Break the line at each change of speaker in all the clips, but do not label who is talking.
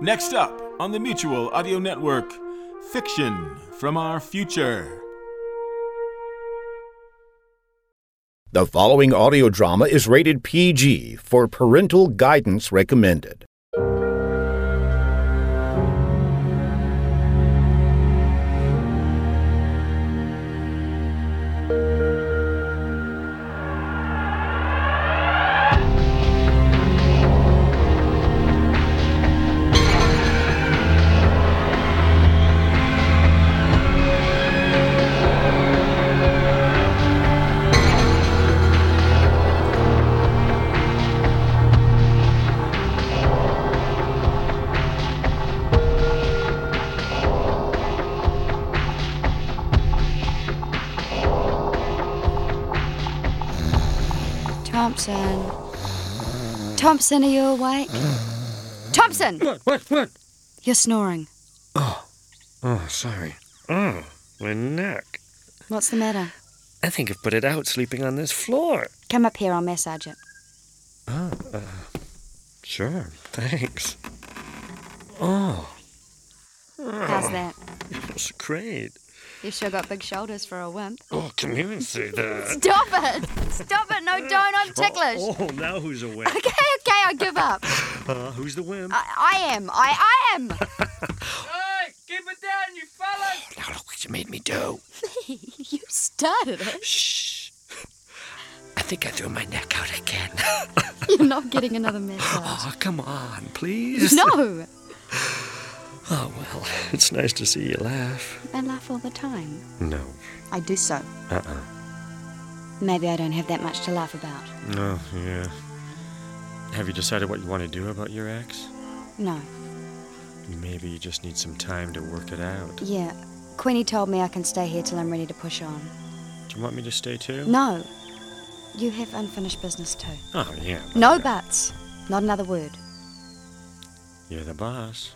Next up on the Mutual Audio Network, fiction from our future.
The following audio drama is rated PG for parental guidance recommended.
Thompson. Thompson, are you awake? Thompson!
What? What? What?
You're snoring.
Oh, sorry. Oh, my neck.
What's the matter?
I think I've put it out sleeping on this floor.
Come up here, I'll massage it.
Sure. Thanks. Oh,
How's that?
that's great.
You sure got big shoulders for a wimp.
Oh, come here and say that.
Stop it! Stop it! No, don't! I'm ticklish!
Oh, oh, now who's a wimp?
Okay, okay, I give up.
Uh, who's the wimp?
I, I am. I, I am.
Hey, keep it down, you fellas!
Now look what you made me do.
you started it.
Shh. I think I threw my neck out again.
You're not getting another massage.
oh, come on, please.
No!
Oh, well, it's nice to see you laugh.
I laugh all the time.
No.
I do so.
Uh-uh.
Maybe I don't have that much to laugh about.
No, yeah. Have you decided what you want to do about your ex?
No.
Maybe you just need some time to work it out. Do
Yeah. Queenie told me I can stay here till I'm ready to push on.
you want me to stay too?
No. You have unfinished business too.
Oh, yeah. but-
No buts. Not another word.
You're the boss.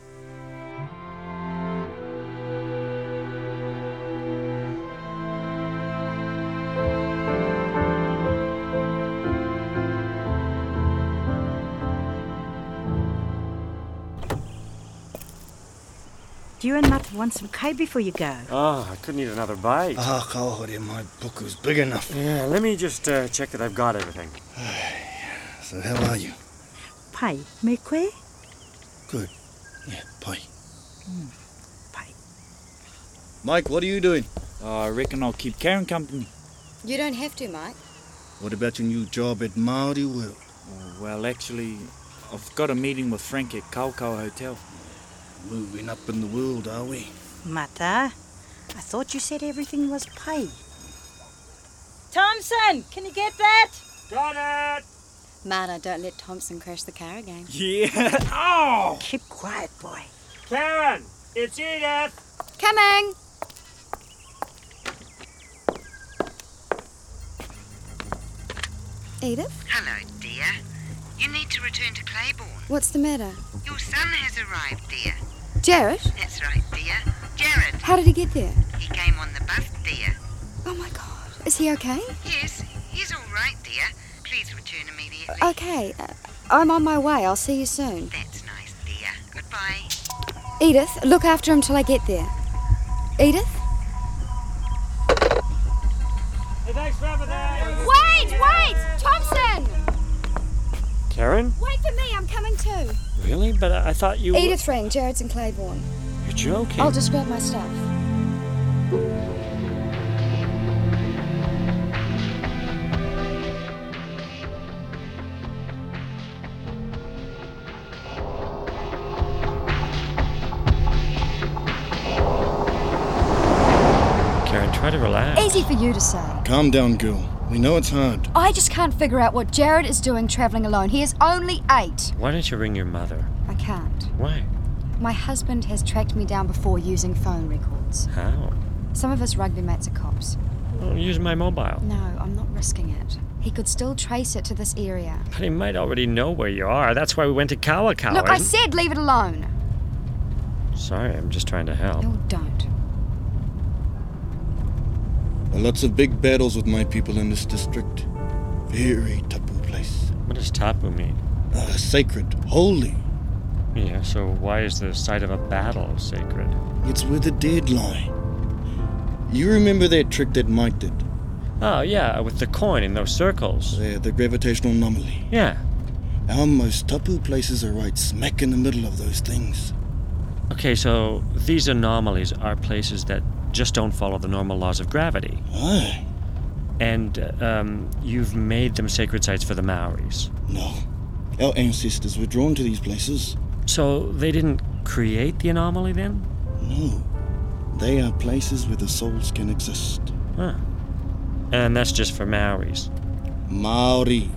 You and Matt want some cake before you go.
Oh, I couldn't eat another bite.
Uh,
Oh, God, in my book was big enough.
yeah, let me just uh, check that I've got everything.
So how are you?
Pai, me koe?
Good. Yeah, pie.
Pai.
Mike, what are you doing?
Uh, I reckon I'll keep Karen company.
You don't have to, Mike.
What about your new job at Maori World?
Oh, well, actually, I've got a meeting with Frank at Kaukau Hotel.
Moving up in the world, are we?
Mata, I thought you said everything was pai. Thompson, can you get that?
Got it!
Marta, don't let Thompson crash the car again.
Yeah. oh!
Keep quiet, boy.
Karen! It's Edith!
Coming! Edith,
Hello, dear. You need to return to Claiborne.
what's the matter?
Your son has arrived, dear.
Jarrett,
That's right, dear. Jared,
how did he get there?
he came on the bus, dear.
Oh my god. Is he okay?
Yes, he's all right, dear. Please return immediately.
Okay, uh, I'm on my way. I'll see you soon.
That's nice, dear. Goodbye.
Edith, look after him till I get there. Edith?
Hey, thanks for everything!
Wait, wait! Thompson!
Karen?
Wait for me, I'm coming too.
Really? But I, I thought you.
Edith rang, Jared's in Claiborne.
You're joking.
I'll just grab my stuff.
Karen, try to relax.
Easy for you to say.
Calm down, girl. We know it's hard.
I just can't figure out what Jared is doing travelling alone. He is only eight.
Why don't you ring your mother?
I can't.
Why?
My husband has tracked me down before using phone records.
How?
Some of his rugby mates are cops.
Well, use my mobile.
No, I'm not risking it. He could still trace it to this area.
But he might already know where you are. That's why we went to Kawakawa.
Look, I said leave it alone.
Sorry, I'm just trying to help.
No, don't.
There are lots of big battles with my people in this district. Very tapu place.
What does tapu mean?
Uh, sacred, holy.
Yeah, so why is the site of a battle sacred?
It's where the dead lie. You remember that trick that Mike did?
Oh, yeah, with the coin in those circles.
There, Uh, the gravitational anomaly.
Yeah.
Our most tapu places are right smack in the middle of those things.
Okay, so these anomalies are places that just don't follow the normal laws of gravity.
Aye.
And uh, um, you've made them sacred sites for the Maoris.
No. Our ancestors were drawn to these places.
So they didn't create the anomaly then?
No. They are places where the souls can exist.
Huh. And that's just for Maoris.
Maori.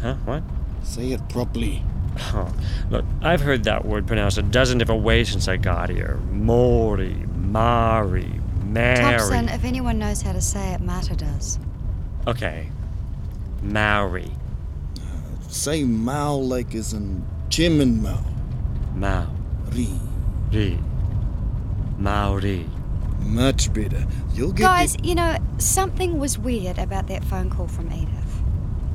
Huh? What?
Say it properly.
Huh. Look, I've heard that word pronounced a dozen different ways since I got here. Mori, Mari, Mary.
Thompson, if anyone knows how to say it, Marta does.
Okay. Maori.
Say Mao like as in German
Maori.
Maori.
Maori.
Much better. You'll get
Guys,
the-
you know, something was weird about that phone call from Edith.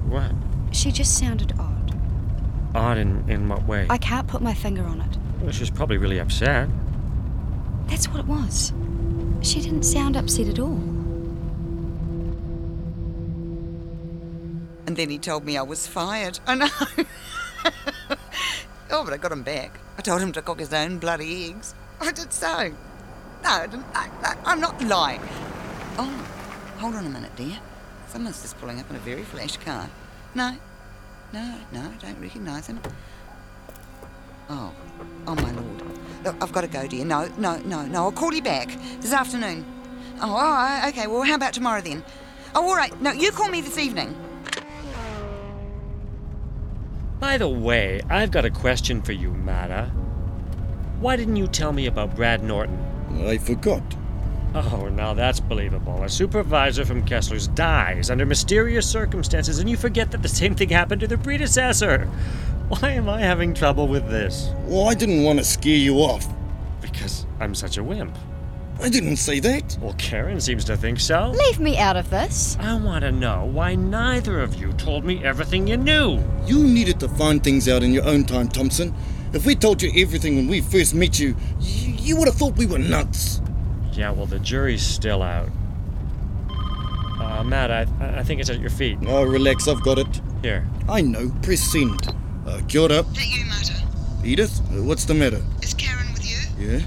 What?
She just sounded odd.
Odd in, in what way?
I can't put my finger on it.
Well, She's probably really upset.
That's what it was. She didn't sound upset at all.
And then he told me I was fired. I know. oh, but I got him back. I told him to cook his own bloody eggs. I did so. No, I didn't, I, I, I'm not lying. Oh, hold on a minute, dear. Someone's just pulling up in a very flash car. No, no, no, I don't recognise him. Oh, oh my lord. Look, I've got to go, dear. No, no, no, no. I'll call you back this afternoon. Oh, all right, okay. Well, how about tomorrow then? Oh, all right. No, you call me this evening.
By the way, I've got a question for you, Mara. Why didn't you tell me about Brad Norton?
I forgot.
Oh, now that's believable. A supervisor from Kessler's dies under mysterious circumstances, and you forget that the same thing happened to their predecessor. Why am I having trouble with this?
Well, Oh, I didn't want to scare you off.
Because I'm such a wimp.
I didn't say that.
Well, Karen seems to think so.
Leave me out of this.
I want to know why neither of you told me everything you knew.
You needed to find things out in your own time, Thompson. If we told you everything when we first met you, you, you would have thought we were nuts.
Yeah, well, the jury's still out. Uh, Matt, I, I think it's at your feet.
Oh, relax, I've got it.
Here.
I know, press send. Uh, kia ora.
Is that you, Marta?
Edith, uh, what's the matter?
Is Karen with you?
Yeah?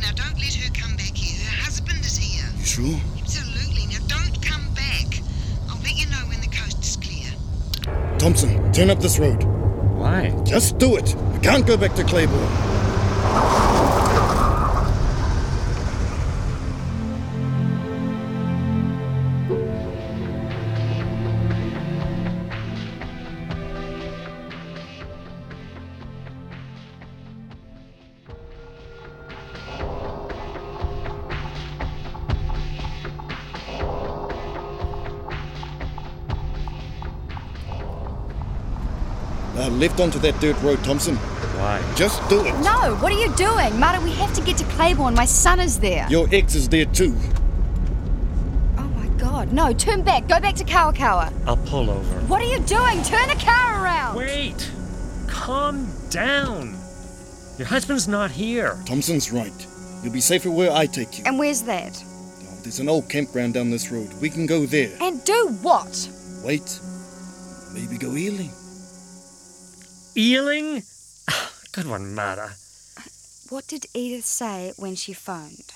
Now don't let her come back here. Her husband is here.
You sure?
Absolutely. Now don't come back. I'll let you know when the coast is clear.
Thompson, turn up this road.
Why?
Just do it. We can't go back to Claiborne. Uh, left onto that dirt road, Thompson.
Why?
Just do it.
No, what are you doing? Mara, we have to get to Claiborne. My son is there.
Your ex is there too.
oh my god. No, turn back. Go back to Kawakawa.
I'll pull over.
What are you doing? Turn the car around.
Wait! Calm down! Your husband's not here.
Thompson's right. You'll be safer where I take you.
And where's that?
Oh, there's an old campground down this road. We can go there.
And do what?
Wait. Maybe go healing.
Ealing? Good one, Mara.
What did Edith say when she phoned?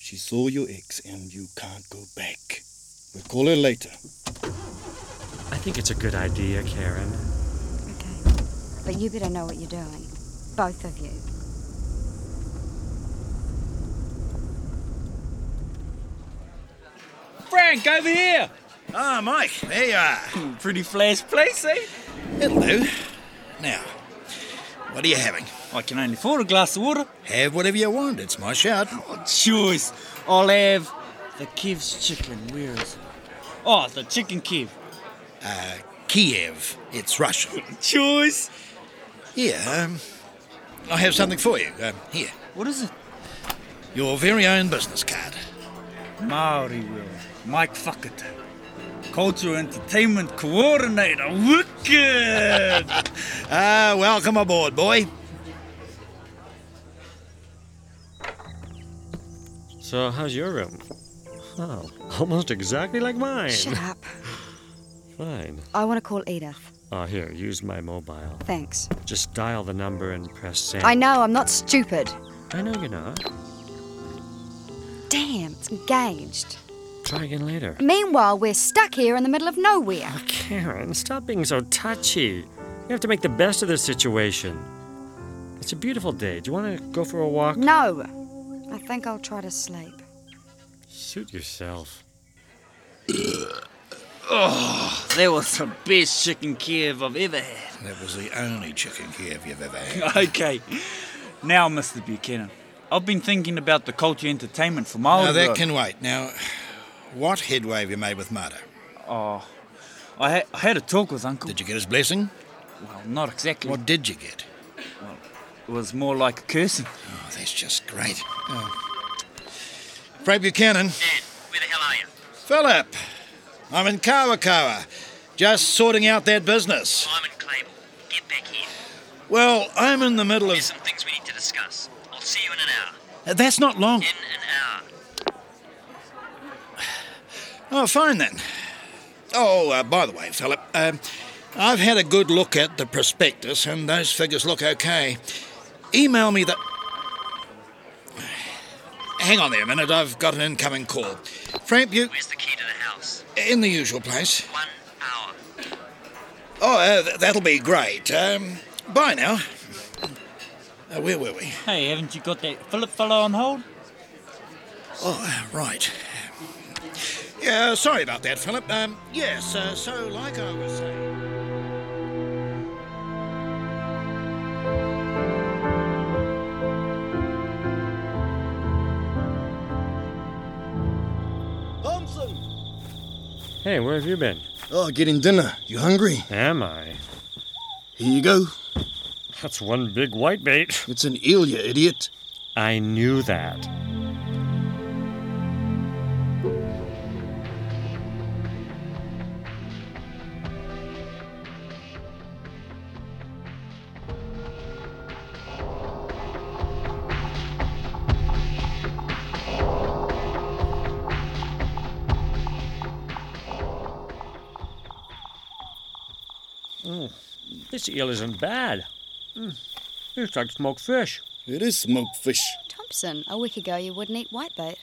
She saw your ex and you can't go back. We'll call her later.
I think it's a good idea, Karen.
Okay. But you better know what you're doing. Both of you.
Frank, over here!
Ah, Mike, there you are.
Pretty flash place, eh?
Hello. Now, what are you having?
I can only afford a glass of water.
Have whatever you want. It's my shout.
Choice. I'll have the Kev's chicken. Where is it? Oh, the chicken Kev.
Uh, Kiev. It's Russian.
Choice.
Yeah, um, I have something for you. Um, here,
What is it?
your very own business card.
Maori Will. Mike Fuckett. Cultural Entertainment Coordinator. What?
Good. Ah, welcome aboard, boy.
So, how's your room? Oh, almost exactly like mine.
Shut up.
Fine.
I want to call Edith.
Oh, here, use my mobile.
Thanks.
Just dial the number and press send.
I know, I'm not stupid.
I know you're not.
Damn, it's engaged.
Try again later.
Meanwhile, we're stuck here in the middle of nowhere.
Karen, stop being so touchy. You have to make the best of this situation. It's a beautiful day. Do you want to go for a walk?
No. I think I'll try to sleep.
Suit yourself.
Oh, that was the best chicken Kiev I've ever had.
That was the only chicken Kiev you've ever had.
okay, now, Mr. Buchanan, I've been thinking about the culture entertainment for miles.
Now
ago.
that can wait. Now, what headway have you made with Marta?
Oh, I, ha- I had a talk with Uncle.
Did you get his blessing?
Well, not exactly.
What did you get?
It was more like a cursing.
Oh, that's just great. Oh. Fred Buchanan.
Where the hell are you?
Philip, I'm in Kawakawa, just sorting out that business.
I'm in Clable. Get back here.
Well, I'm in the middle of.
There's some things we need to discuss. I'll see you in an hour.
That's not long.
In an hour.
Oh, fine then. Oh, uh, by the way, Philip, um, I've had a good look at the prospectus, and those figures look okay. Email me the. Hang on there a minute. I've got an incoming call. Frank, you
Where's the key to the house?
in the usual place.
One hour.
Oh, uh, th- that'll be great. Um, bye now. Uh, where were we?
Hey, haven't you got that Philip fellow on hold?
Oh, right. Yeah, sorry about that, Philip. Um, yes, uh, so like I was saying.
Thompson!
Hey, where have you been?
Oh, getting dinner. You hungry?
Am I?
Here you go.
That's one big white bait.
It's an eel, you idiot.
I knew that. Mm, This eel isn't bad. Mm, It's like smoked fish.
It is smoked fish.
Thompson, a week ago you wouldn't eat whitebait.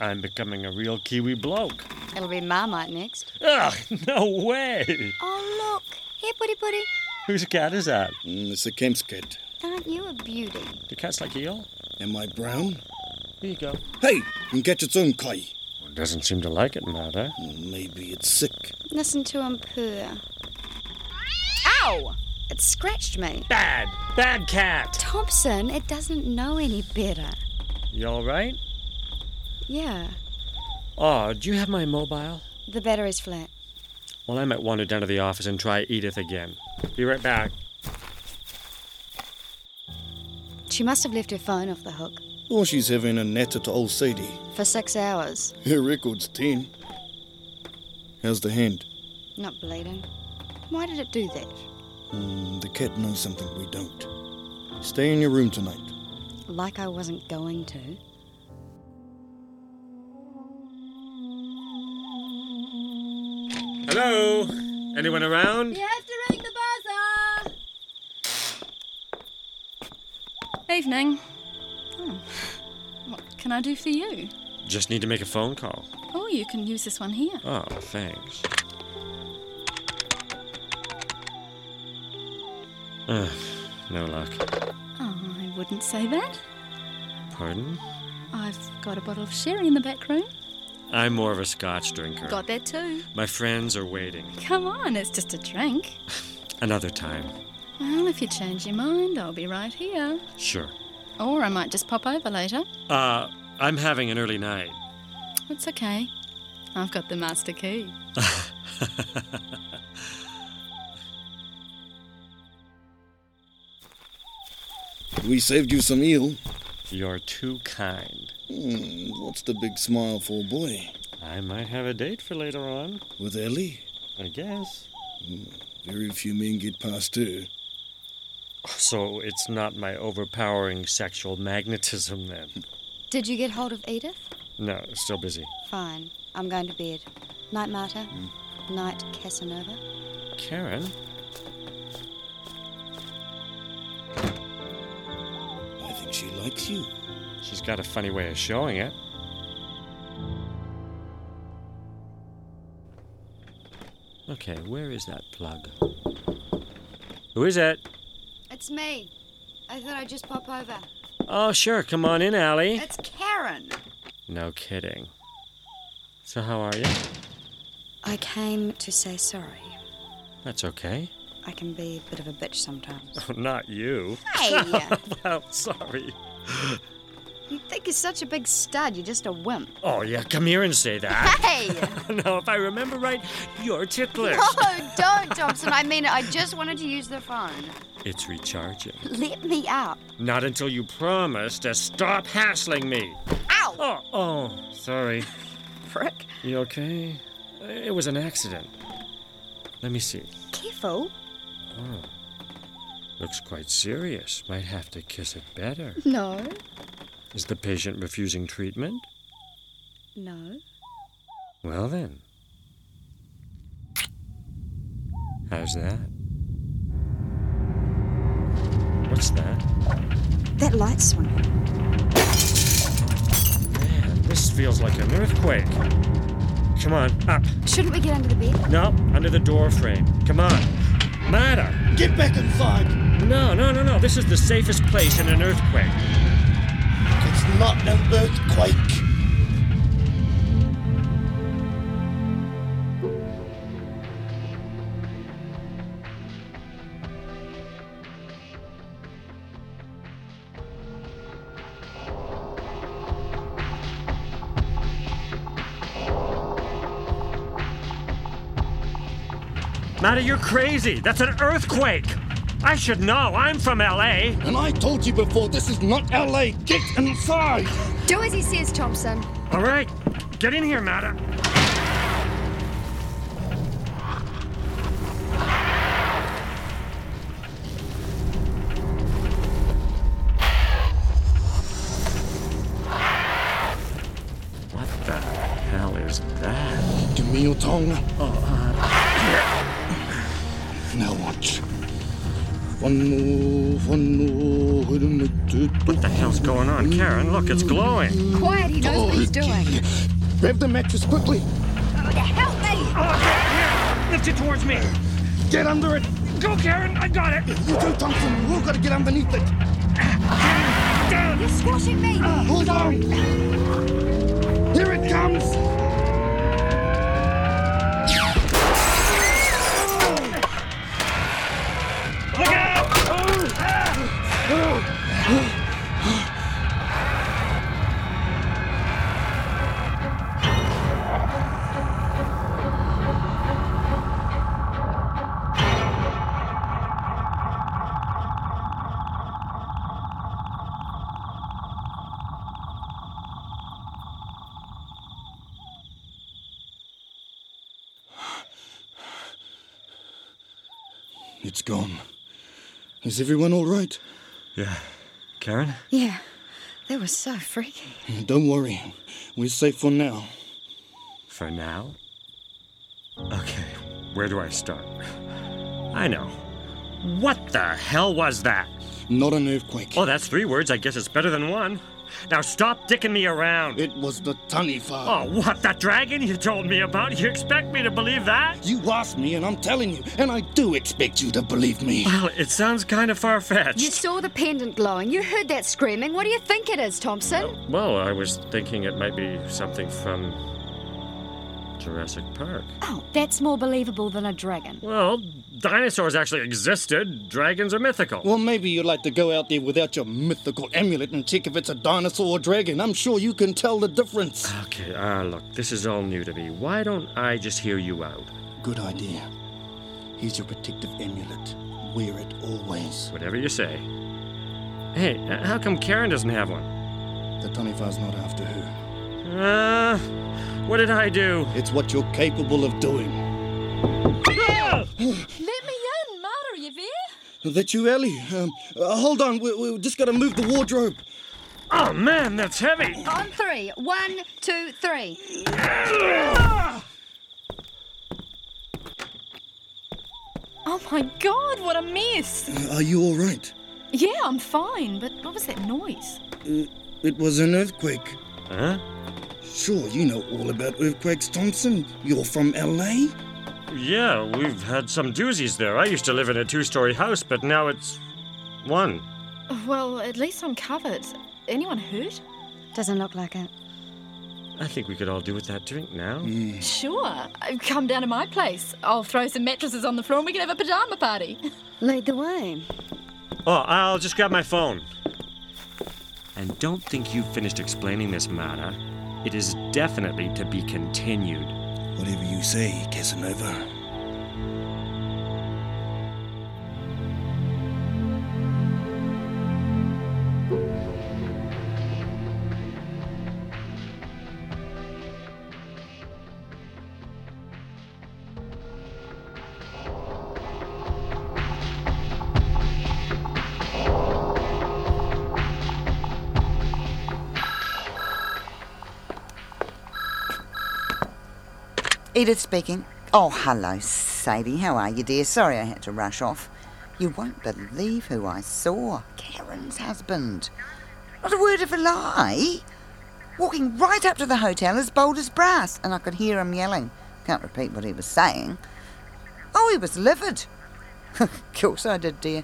I'm becoming a real Kiwi bloke.
It'll be Marmite next.
Ugh, no way.
Oh, look. Here, putty putty.
Whose cat is that?
Mm, it's a camp's cat.
Aren't you a beauty?
Do cats like eel?
Am I brown?
Here you go.
Hey, can catch its own kai.
Doesn't seem to like it, eh? Mother.
Mm, Maybe it's sick.
Listen to him purr. Ow! It scratched me.
Bad, bad cat.
Thompson, it doesn't know any better.
You all right?
Yeah,
Oh, do you have my mobile?
the battery's flat.
Well, I might wander down to the office and try Edith again. Be right back.
She must have left her phone off the hook
Or she's having a natter to old Sadie.
for six hours.
Her record's 10. How's the hand?
Not bleeding. Why did it do that?
Mm, the cat knows something we don't. Stay in your room tonight.
Like I wasn't going to.
Hello? Anyone around?
You have to ring the buzzer. Evening. Oh, what can I do for you?
Just need to make a phone call.
Oh, you can use this one here.
Oh, thanks. Ugh, no luck.
Oh, I wouldn't say that.
Pardon?
I've got a bottle of sherry in the back room.
I'm more of a scotch drinker.
Got that too.
My friends are waiting.
Come on, it's just a drink.
Another time.
Well, if you change your mind, I'll be right here.
Sure.
Or I might just pop over later.
Uh, I'm having an early night.
It's okay. I've got the master key.
We saved you some eel.
You're too kind.
Hmm, what's the big smile for, boy?
I might have a date for later on,
With Ellie?
I guess.
Very few men get past her.
So it's not my overpowering sexual magnetism then.
Did you get hold of Edith?
No, still busy.
Fine. I'm going to bed. Night, Marta. Night, Casanova.
Karen?
I think she likes you.
She's got a funny way of showing it. Okay, where is that plug? Who is it?
It's me. I thought I'd just pop over.
Oh, sure, come on in, Allie.
It's Karen.
No kidding. So, how are you?
I came to say sorry.
That's okay.
I can be a bit of a bitch sometimes.
Oh, Not you.
Hey!
well, sorry.
you think you're such a big stud, you're just a wimp.
Oh, yeah, come here and say that.
Hey!
no, if I remember right, you're ticklish.
Oh.
No, don't, Thompson. I mean it. I just wanted to use the phone.
It's recharging.
Let me up.
Not until you promise to stop hassling me.
Ow!
Oh, oh sorry.
Prick.
You okay? It was an accident. Let me see.
Careful.
Oh. Looks quite serious. Might have to kiss it better.
No.
Is the patient refusing treatment?
No.
Well then. How's that? What's that?
That light swing.
Man, this feels like an earthquake. Come on, up.
Shouldn't we get under the bed?
No, under the door frame. Come on. Marta!
Get back inside!
No, no, no, no. This is the safest place in an earthquake.
It's not an earthquake.
Matter, you're crazy. That's an earthquake. I should know. I'm from LA.
And I told you before, this is not LA. Get inside!
Do as he says, Thompson.
All right. Get in here, Matter. What the hell is that?
Give me your tongue. Now watch. One more, one more. What
the hell's going on, Karen? Look, it's glowing.
Quiet, he knows what he's doing.
Grab the mattress quickly.
Help
Oh,
me!
Lift it towards me.
Get under it.
Go, Karen. I got it.
You go, Thompson. We've got to get underneath it. Uh,
Down.
You're squashing me.
Hold on. Here it comes.
Look out! Oh, ah!
It's gone. Is everyone all right?
Yeah. Karen?
Yeah. That was so freaky.
Don't worry. We're safe for now.
For now? Okay, where do I start? I know. What the hell was that?
Not an earthquake.
Oh, that's three words. I guess it's better than one. Now stop dicking me around.
It was the tunny fire.
Oh, what? That dragon you told me about? You expect me to believe that?
You asked me, and I'm telling you, and I do expect you to believe me.
Well, it sounds kind of far fetched.
You saw the pendant glowing. You heard that screaming. What do you think it is, Thompson?
Uh, Well, I was thinking it might be something from Jurassic Park.
Oh, that's more believable than a dragon.
Well, dinosaurs actually existed. Dragons are mythical.
Well, maybe you'd like to go out there without your mythical amulet and check if it's a dinosaur or dragon. I'm sure you can tell the difference.
Okay, ah, look, this is all new to me. Why don't I just hear you out?
Good idea. Here's your protective amulet. Wear it always.
Whatever you say. Hey, uh, how come Karen doesn't have one?
The Tonifar's not after her.
Uh, what did I do?
It's what you're capable of doing.
Let me
That you, Ellie? Um, uh, hold on, we, we've just got to move the wardrobe.
Oh man, that's heavy.
On three. One, two, three.
Oh my god, what a mess!
Are you all right?
Yeah, I'm fine, but what was that noise?
Uh, it was an earthquake.
Huh?
Sure, you know all about earthquakes, Thompson. You're from LA?
Yeah, we've had some doozies there. I used to live in a two story house, but now it's one.
Well, at least I'm covered. Anyone hurt?
Doesn't look like it.
I think we could all do with that drink now.
Sure. uh, Come down to my place. I'll throw some mattresses on the floor and we can have a pajama party.
Lead the way.
Oh, I'll just grab my phone. And don't think you've finished explaining this matter. It is definitely to be continued.
Whatever you say, Casanova.
Edith speaking. Oh, hello, Sadie. How are you, dear? Sorry I had to rush off. You won't believe who I saw Karen's husband. Not a word of a lie. Walking right up to the hotel as bold as brass, and I could hear him yelling. Can't repeat what he was saying. Oh, he was livid. of course I did, dear.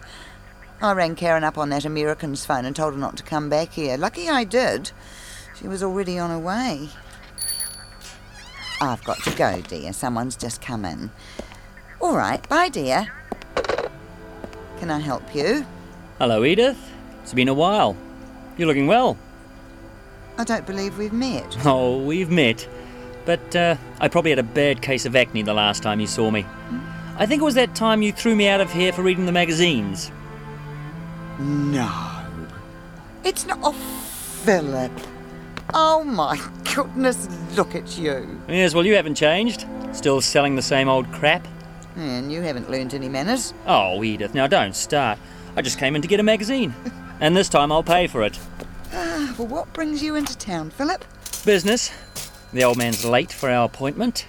I rang Karen up on that American's phone and told her not to come back here. Lucky I did. She was already on her way. I've got to go, dear. Someone's just come in. All right, bye, dear. Can I help you?
Hello, Edith. It's been a while. You're looking well.
I don't believe we've met.
Oh, we've met. But uh, I probably had a bad case of acne the last time you saw me.
Hmm?
I think it was that time you threw me out of here for reading the magazines.
No. It's not. Oh, Philip. Oh, my goodness, look at you.
Yes, well, you haven't changed. Still selling the same old crap.
And you haven't learnt any manners.
Oh, Edith, now don't start. I just came in to get a magazine. and this time I'll pay for it.
Ah, well, what brings you into town, Philip?
Business. The old man's late for our appointment.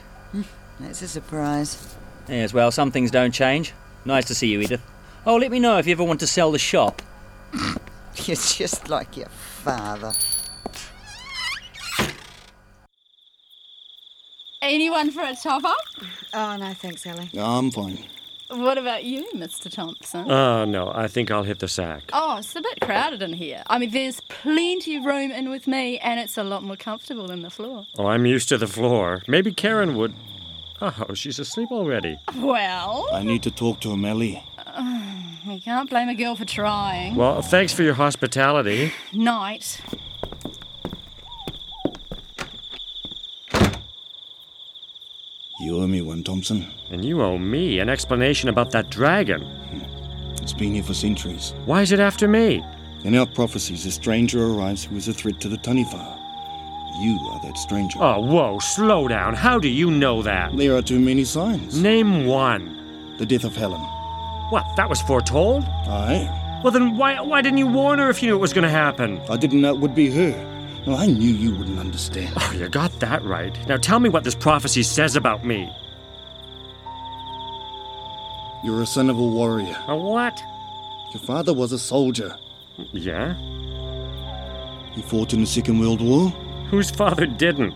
That's a surprise.
Yes, well, some things don't change. Nice to see you, Edith. Oh, let me know if you ever want to sell the shop.
You're just like your father.
Anyone for a top up?
Oh, no, thanks, Ellie.
I'm fine.
What about you, Mr. Thompson?
Uh, no, I think I'll hit the sack.
Oh, it's a bit crowded in here. I mean, there's plenty of room in with me, and it's a lot more comfortable than the floor.
Oh, I'm used to the floor. Maybe Karen would. Oh, she's asleep already.
Well,
I need to talk to him, Ellie.
you can't blame a girl for trying.
Well, thanks for your hospitality.
Night.
You owe me one, Thompson.
And you owe me an explanation about that dragon.
It's been here for centuries.
Why is it after me?
In our prophecies, a stranger arrives who is a threat to the Taniwha. You are that stranger.
Oh, whoa, slow down. How do you know that?
There are too many signs.
Name one.
The death of Helen.
What, that was foretold?
Aye.
Well, then why, why didn't you warn her if you knew it was going to happen?
I didn't know it would be her. Well, I knew you wouldn't understand.
Oh, you got that right. Now tell me what this prophecy says about me.
You're a son of a warrior.
A what?
Your father was a soldier.
Yeah?
He fought in the Second World War,
Whose father didn't?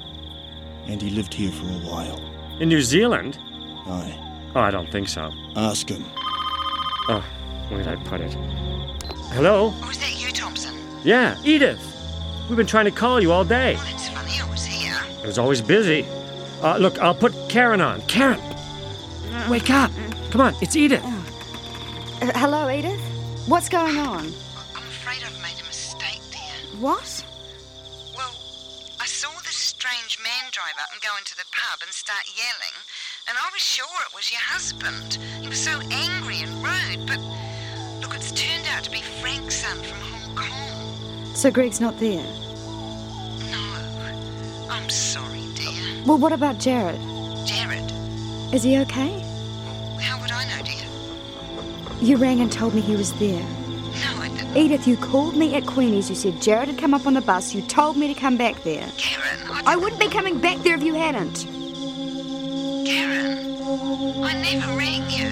and he lived here for a while.
In New Zealand?
Aye.
Oh, I don't think so.
Ask him.
Oh, where'd I put it? Hello?
Was Oh, that you, Thompson?
Yeah, Edith. We've been trying to call you all day.
It's Oh, funny I was here.
It was always busy. Uh, look, I'll put Karen on. Karen! Wake up! Come on, it's Edith.
Uh, hello, Edith. What's going on?
I'm afraid I've made a mistake, dear.
What?
Well, I saw this strange man drive up and go into the pub and start yelling, and I was sure it was your husband. He was so angry and rude, but look, it's turned out to be Frank's son from Hong Kong.
So Greg's not there.
No, I'm sorry, dear.
Well, what about Jared?
Jared,
Is he okay?
how would I know, dear?
You rang and told me he was there.
No, I didn't.
Edith, you called me at Queenie's. You said Jared had come up on the bus. You told me to come back there.
Karen, I,
I wouldn't be coming back there if you hadn't.
Karen, I never rang you.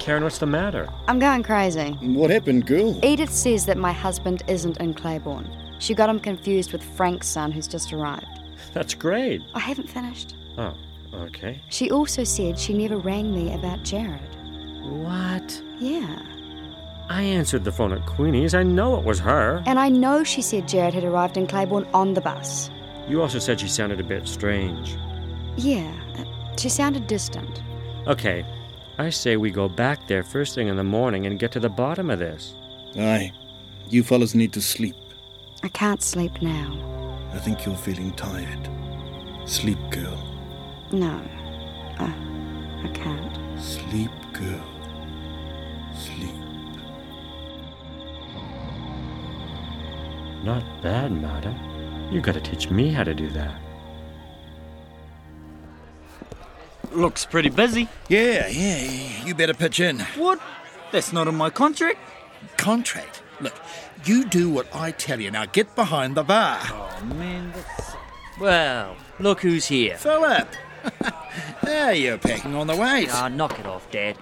Karen, what's the matter?
I'm going crazy.
What happened, girl?
Edith says that my husband isn't in Claiborne. She got him confused with Frank's son who's just arrived.
That's great.
I haven't finished.
Oh, okay.
She also said she never rang me about Jared.
What?
Yeah.
I answered the phone at Queenie's. I know it was her.
And I know she said Jared had arrived in Claiborne on the bus.
You also said she sounded a bit strange.
Yeah. uh, She sounded distant.
Okay, I say we go back there first thing in the morning and get to the bottom of this.
Aye. You fellas need to sleep.
I can't sleep now.
I think you're feeling tired. Sleep, girl.
No. Uh, I can't.
Sleep, girl. Sleep.
Not bad, Mada. You gotta teach me how to do that.
Looks pretty busy.
Yeah, yeah, you better pitch in.
What? That's not in my contract.
Contract? Look, you do what I tell you. Now get behind the bar.
Oh, man, that's.
Well, look who's here.
Philip! there you're packing on the waist.
Ah, knock it off, Dad.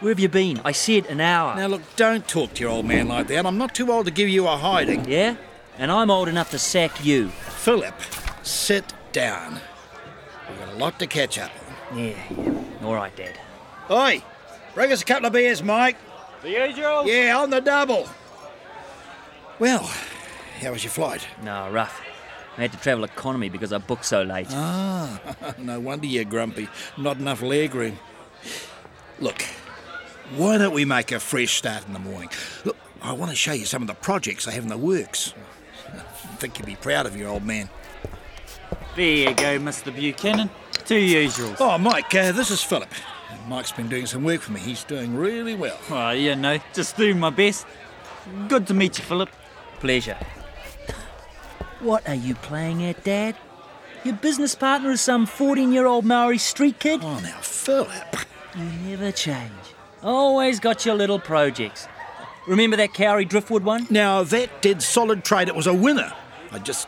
Where have you been? I said an hour.
Now look, don't talk to your old man like that. I'm not too old to give you a hiding.
Yeah? And I'm old enough to sack you.
Philip, sit down. We've got a lot to catch up
Yeah, yeah. All right, Dad.
on. Oi, bring us a couple of beers, Mike.
The usual?
Yeah, on the double. Well, how was your flight?
No, rough. I had to travel economy because I booked so late.
Ah, no wonder you're grumpy. Not enough leg room. Look, why don't we make a fresh start in the morning? Look, I want to show you some of the projects they have in the works. I think you'd be proud of your old man.
There you go, Mr. Buchanan. Two usuals.
Oh, Mike, uh, this is Philip. Mike's been doing some work for me. He's doing really well.
Oh, you know, just do my best. Good to meet you, Philip.
Pleasure. What are you playing at, Dad? Your business partner is some 14 year old Maori street kid?
Oh, now, Philip.
You never change. Always got your little projects. Remember that Cowrie Driftwood one?
Now, that did solid trade. It was a winner. I just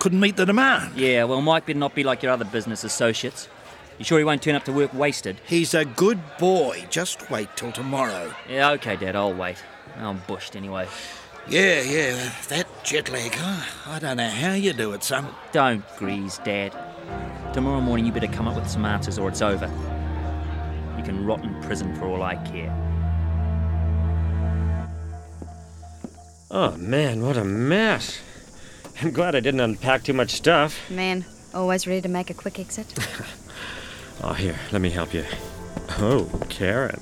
couldn't meet the demand.
Yeah, well, Mike better not be like your other business associates. You sure he won't turn up to work wasted?
He's a good boy. Just wait till tomorrow.
Yeah, okay, Dad, I'll wait. I'm bushed anyway.
Yeah, yeah, that jet lag. huh? I don't know how you do it, son.
Don't grease, Dad. Tomorrow morning you better come up with some answers or it's over. You can rot in prison for all I care.
Oh, man, what a mess. I'm glad I didn't unpack too much stuff.
Man, always ready to make a quick exit.
Oh, here, let me help you. Oh, Karen.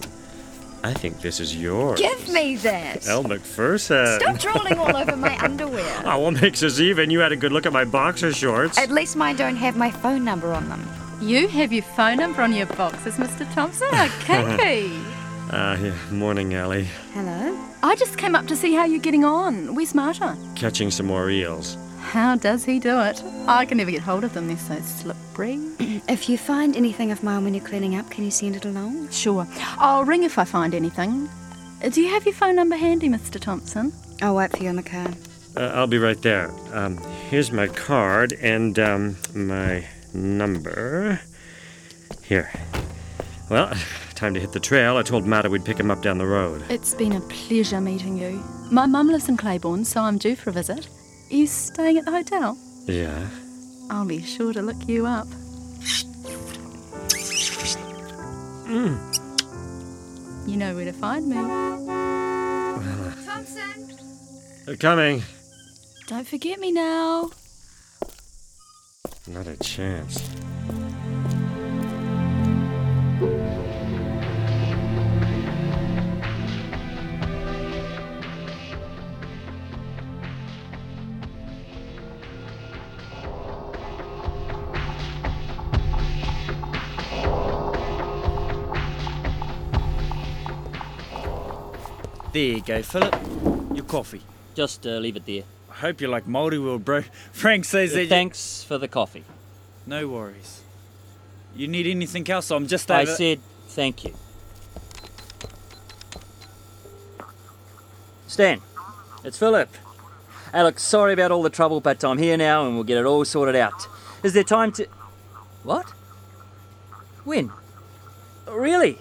I think this is yours.
Give me that!
Elle McPherson.
Stop drooling all over my underwear.
Oh, what makes us even? You had a good look at my boxer shorts.
At least mine don't have my phone number on them.
You have your phone number on your boxes, Mr. Thompson. Okay.
Ah, yeah. Morning, Ellie.
Hello?
I just came up to see how you're getting on. Where's Marta?
Catching some more eels.
How does he do it? I can never get hold of them. They're so slippery.
If you find anything of mine when you're cleaning up, can you send it along?
Sure. I'll ring if I find anything. Uh, Do you have your phone number handy, Mr. Thompson?
I'll wait for you in the car.
Uh, I'll be right there. Um, here's my card and um, my number. Here. Well, time to hit the trail. I told Matta we'd pick him up down the road.
It's been a pleasure meeting you. My mum lives in Claiborne, so I'm due for a visit. Are you staying at the hotel?
Yeah.
I'll be sure to look you up. You know where to find me.
Thompson!
Uh, Coming.
Don't forget me now.
Not a chance.
There you go, Philip. Your coffee.
Just uh, leave it there.
I hope you like Māori world, bro. Frank says that. you-
Thanks for the coffee.
No worries. You need anything else? I'm just
I
over-
said thank you. Stan, it's Philip. Alex, sorry about all the trouble, but I'm here now and we'll get it all sorted out. Is there time to. What? When? Really?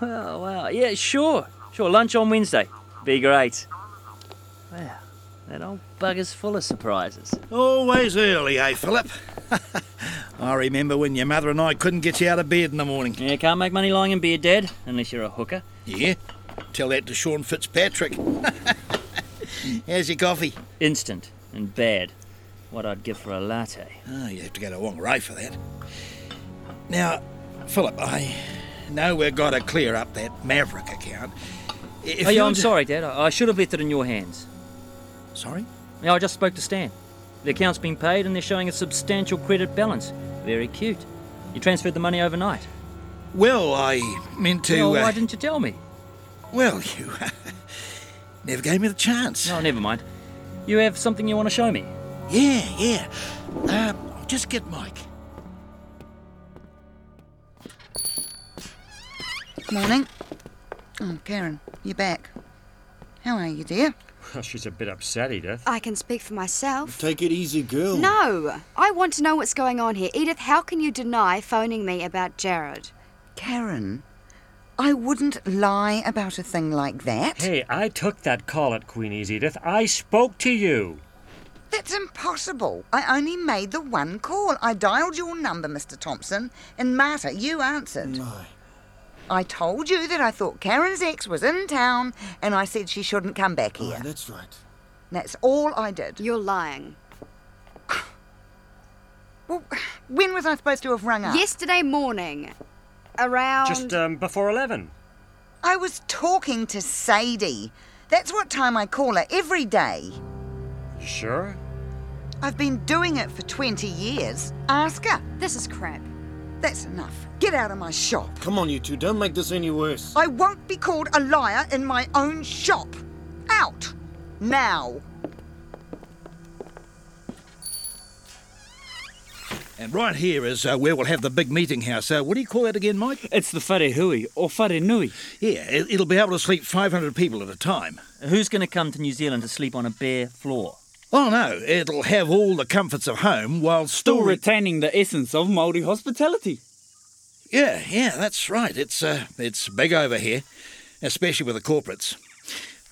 Wow, wow. Yeah, sure. Sure, lunch on Wednesday. Be great. Wow, that old bugger's full of surprises.
Always early, eh, Philip? I remember when your mother and I couldn't get you out of bed in the morning.
Yeah, can't make money lying in bed, Dad, unless you're a hooker.
Yeah? Tell that to Sean Fitzpatrick. How's your coffee?
Instant and bad. What I'd give for a latte.
Oh, you have to go to Wong Ray for that. Now, Philip, I know we've got to clear up that Maverick account. If
oh, yeah,
you'll
I'm
ju-
sorry, Dad. I, I should have left it in your hands.
Sorry?
Yeah, I just spoke to Stan. The account's been paid and they're showing a substantial credit balance. Very cute. You transferred the money overnight.
Well, I meant to.
Yeah, well,
uh,
why didn't you tell me?
Well, you never gave me the chance.
No, never mind. You have something you want to show me?
Yeah, yeah. Uh, I'll just get Mike.
Morning. Oh, Karen, you're back. How are you, dear?
Well, she's a bit upset, Edith.
I can speak for myself.
Take it easy, girl.
No, I want to know what's going on here. Edith, how can you deny phoning me about Jared?
Karen, I wouldn't lie about a thing like that.
Hey, I took that call at Queenie's, Edith. I spoke to you.
That's impossible. I only made the one call. I dialed your number, Mr. Thompson, and Marta, you answered. I told you that I thought Karen's ex was in town, and I said she shouldn't come back here.
that's right.
That's all I did.
You're lying.
When was I supposed to have rung up?
Yesterday morning, around.
Just um, before 11.
I was talking to Sadie. That's what time I call her every day.
You sure?
I've been doing it for 20 years. Ask her.
This is crap.
That's enough. Get out of my shop.
Come on, you two, don't make this any worse.
I won't be called a liar in my own shop. Out! Now!
And right here is uh, where we'll have the big meeting house. Uh, what do you call that again, Mike?
It's the Wharehui, or Wharenui.
Yeah, it, it'll be able to sleep 500 people at a time.
Who's going to come to New Zealand to sleep on a bare floor?
Oh, no, it'll have all the comforts of home while still...
Still retaining the essence of Māori hospitality.
Yeah, yeah, that's right. It's, uh, it's big over here, especially with the corporates.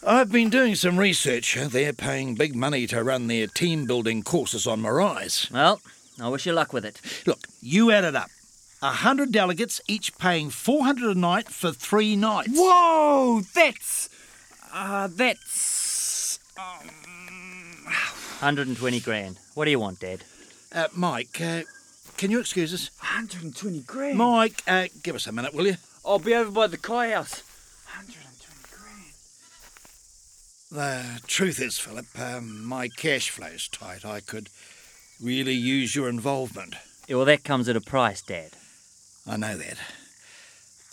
I've been doing some research. They're paying big money to run their team building courses on Marais.
Well, I wish you luck with it.
Look, you add it up. A hundred delegates, each paying four hundred a night for three nights.
Whoa, that's uh, that's um,
120 grand. What do you want, Dad?
Uh, Mike, uh, can you excuse us?
120 grand.
Mike, uh, give us a minute, will you?
I'll be over by the Kai House.
The truth is, Philip, um, my cash flow's tight. I could really use your involvement.
Yeah, well, that comes at a price, Dad.
I know that.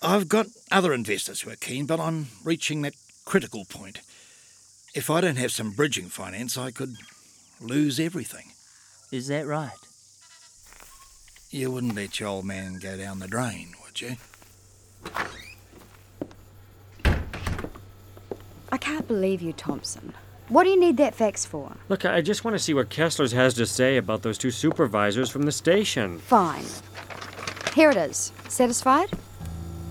I've got other investors who are keen, but I'm reaching that critical point. If I don't have some bridging finance, I could lose everything.
Is that right?
You wouldn't let your old man go down the drain, would you?
I can't believe you, Thompson. What do you need that fax for?
Look, I just want to see what Kessler's has to say about those two supervisors from the station.
Fine. Here it is. Satisfied?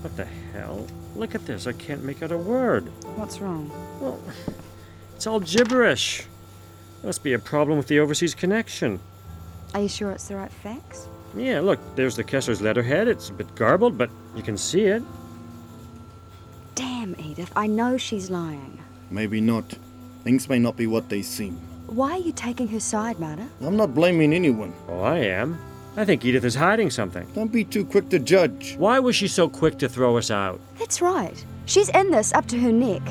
What the hell? Look at this. I can't make out a word.
What's wrong?
Well, it's all gibberish. Must be a problem with the overseas connection.
Are you sure it's the right fax?
Yeah, look, there's the Kessler's letterhead. It's a bit garbled, but you can see it.
Damn, Edith, I know she's lying.
Maybe not. Things may not be what they seem.
Why are you taking her side, Marta?
I'm not blaming anyone.
Oh, I am. I think Edith is hiding something.
Don't be too quick to judge.
Why was she so quick to throw us out?
That's right. She's in this up to her neck.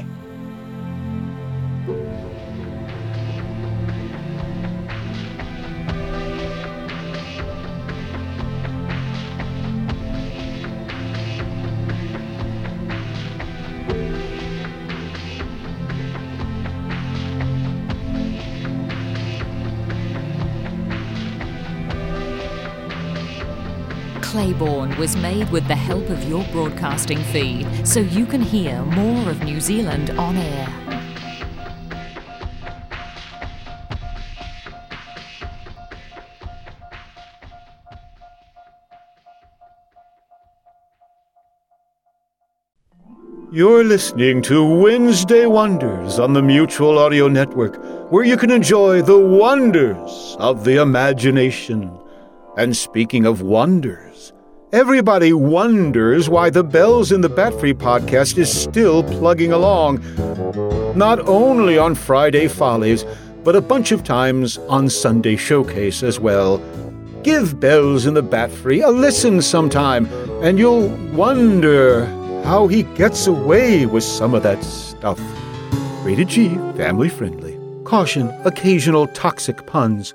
Claiborne was made with the help of your broadcasting feed, so you can hear more of New Zealand on air.
You're listening to Wednesday Wonders on the Mutual Audio Network, where you can enjoy the wonders of the imagination. And speaking of wonders, everybody wonders why the Bells in the Bat Free podcast is still plugging along, not only on Friday Follies, but a bunch of times on Sunday Showcase as well. Give Bells in the Bat Free a listen sometime, and you'll wonder how he gets away with some of that stuff. Rated G, family friendly. Caution, occasional toxic puns.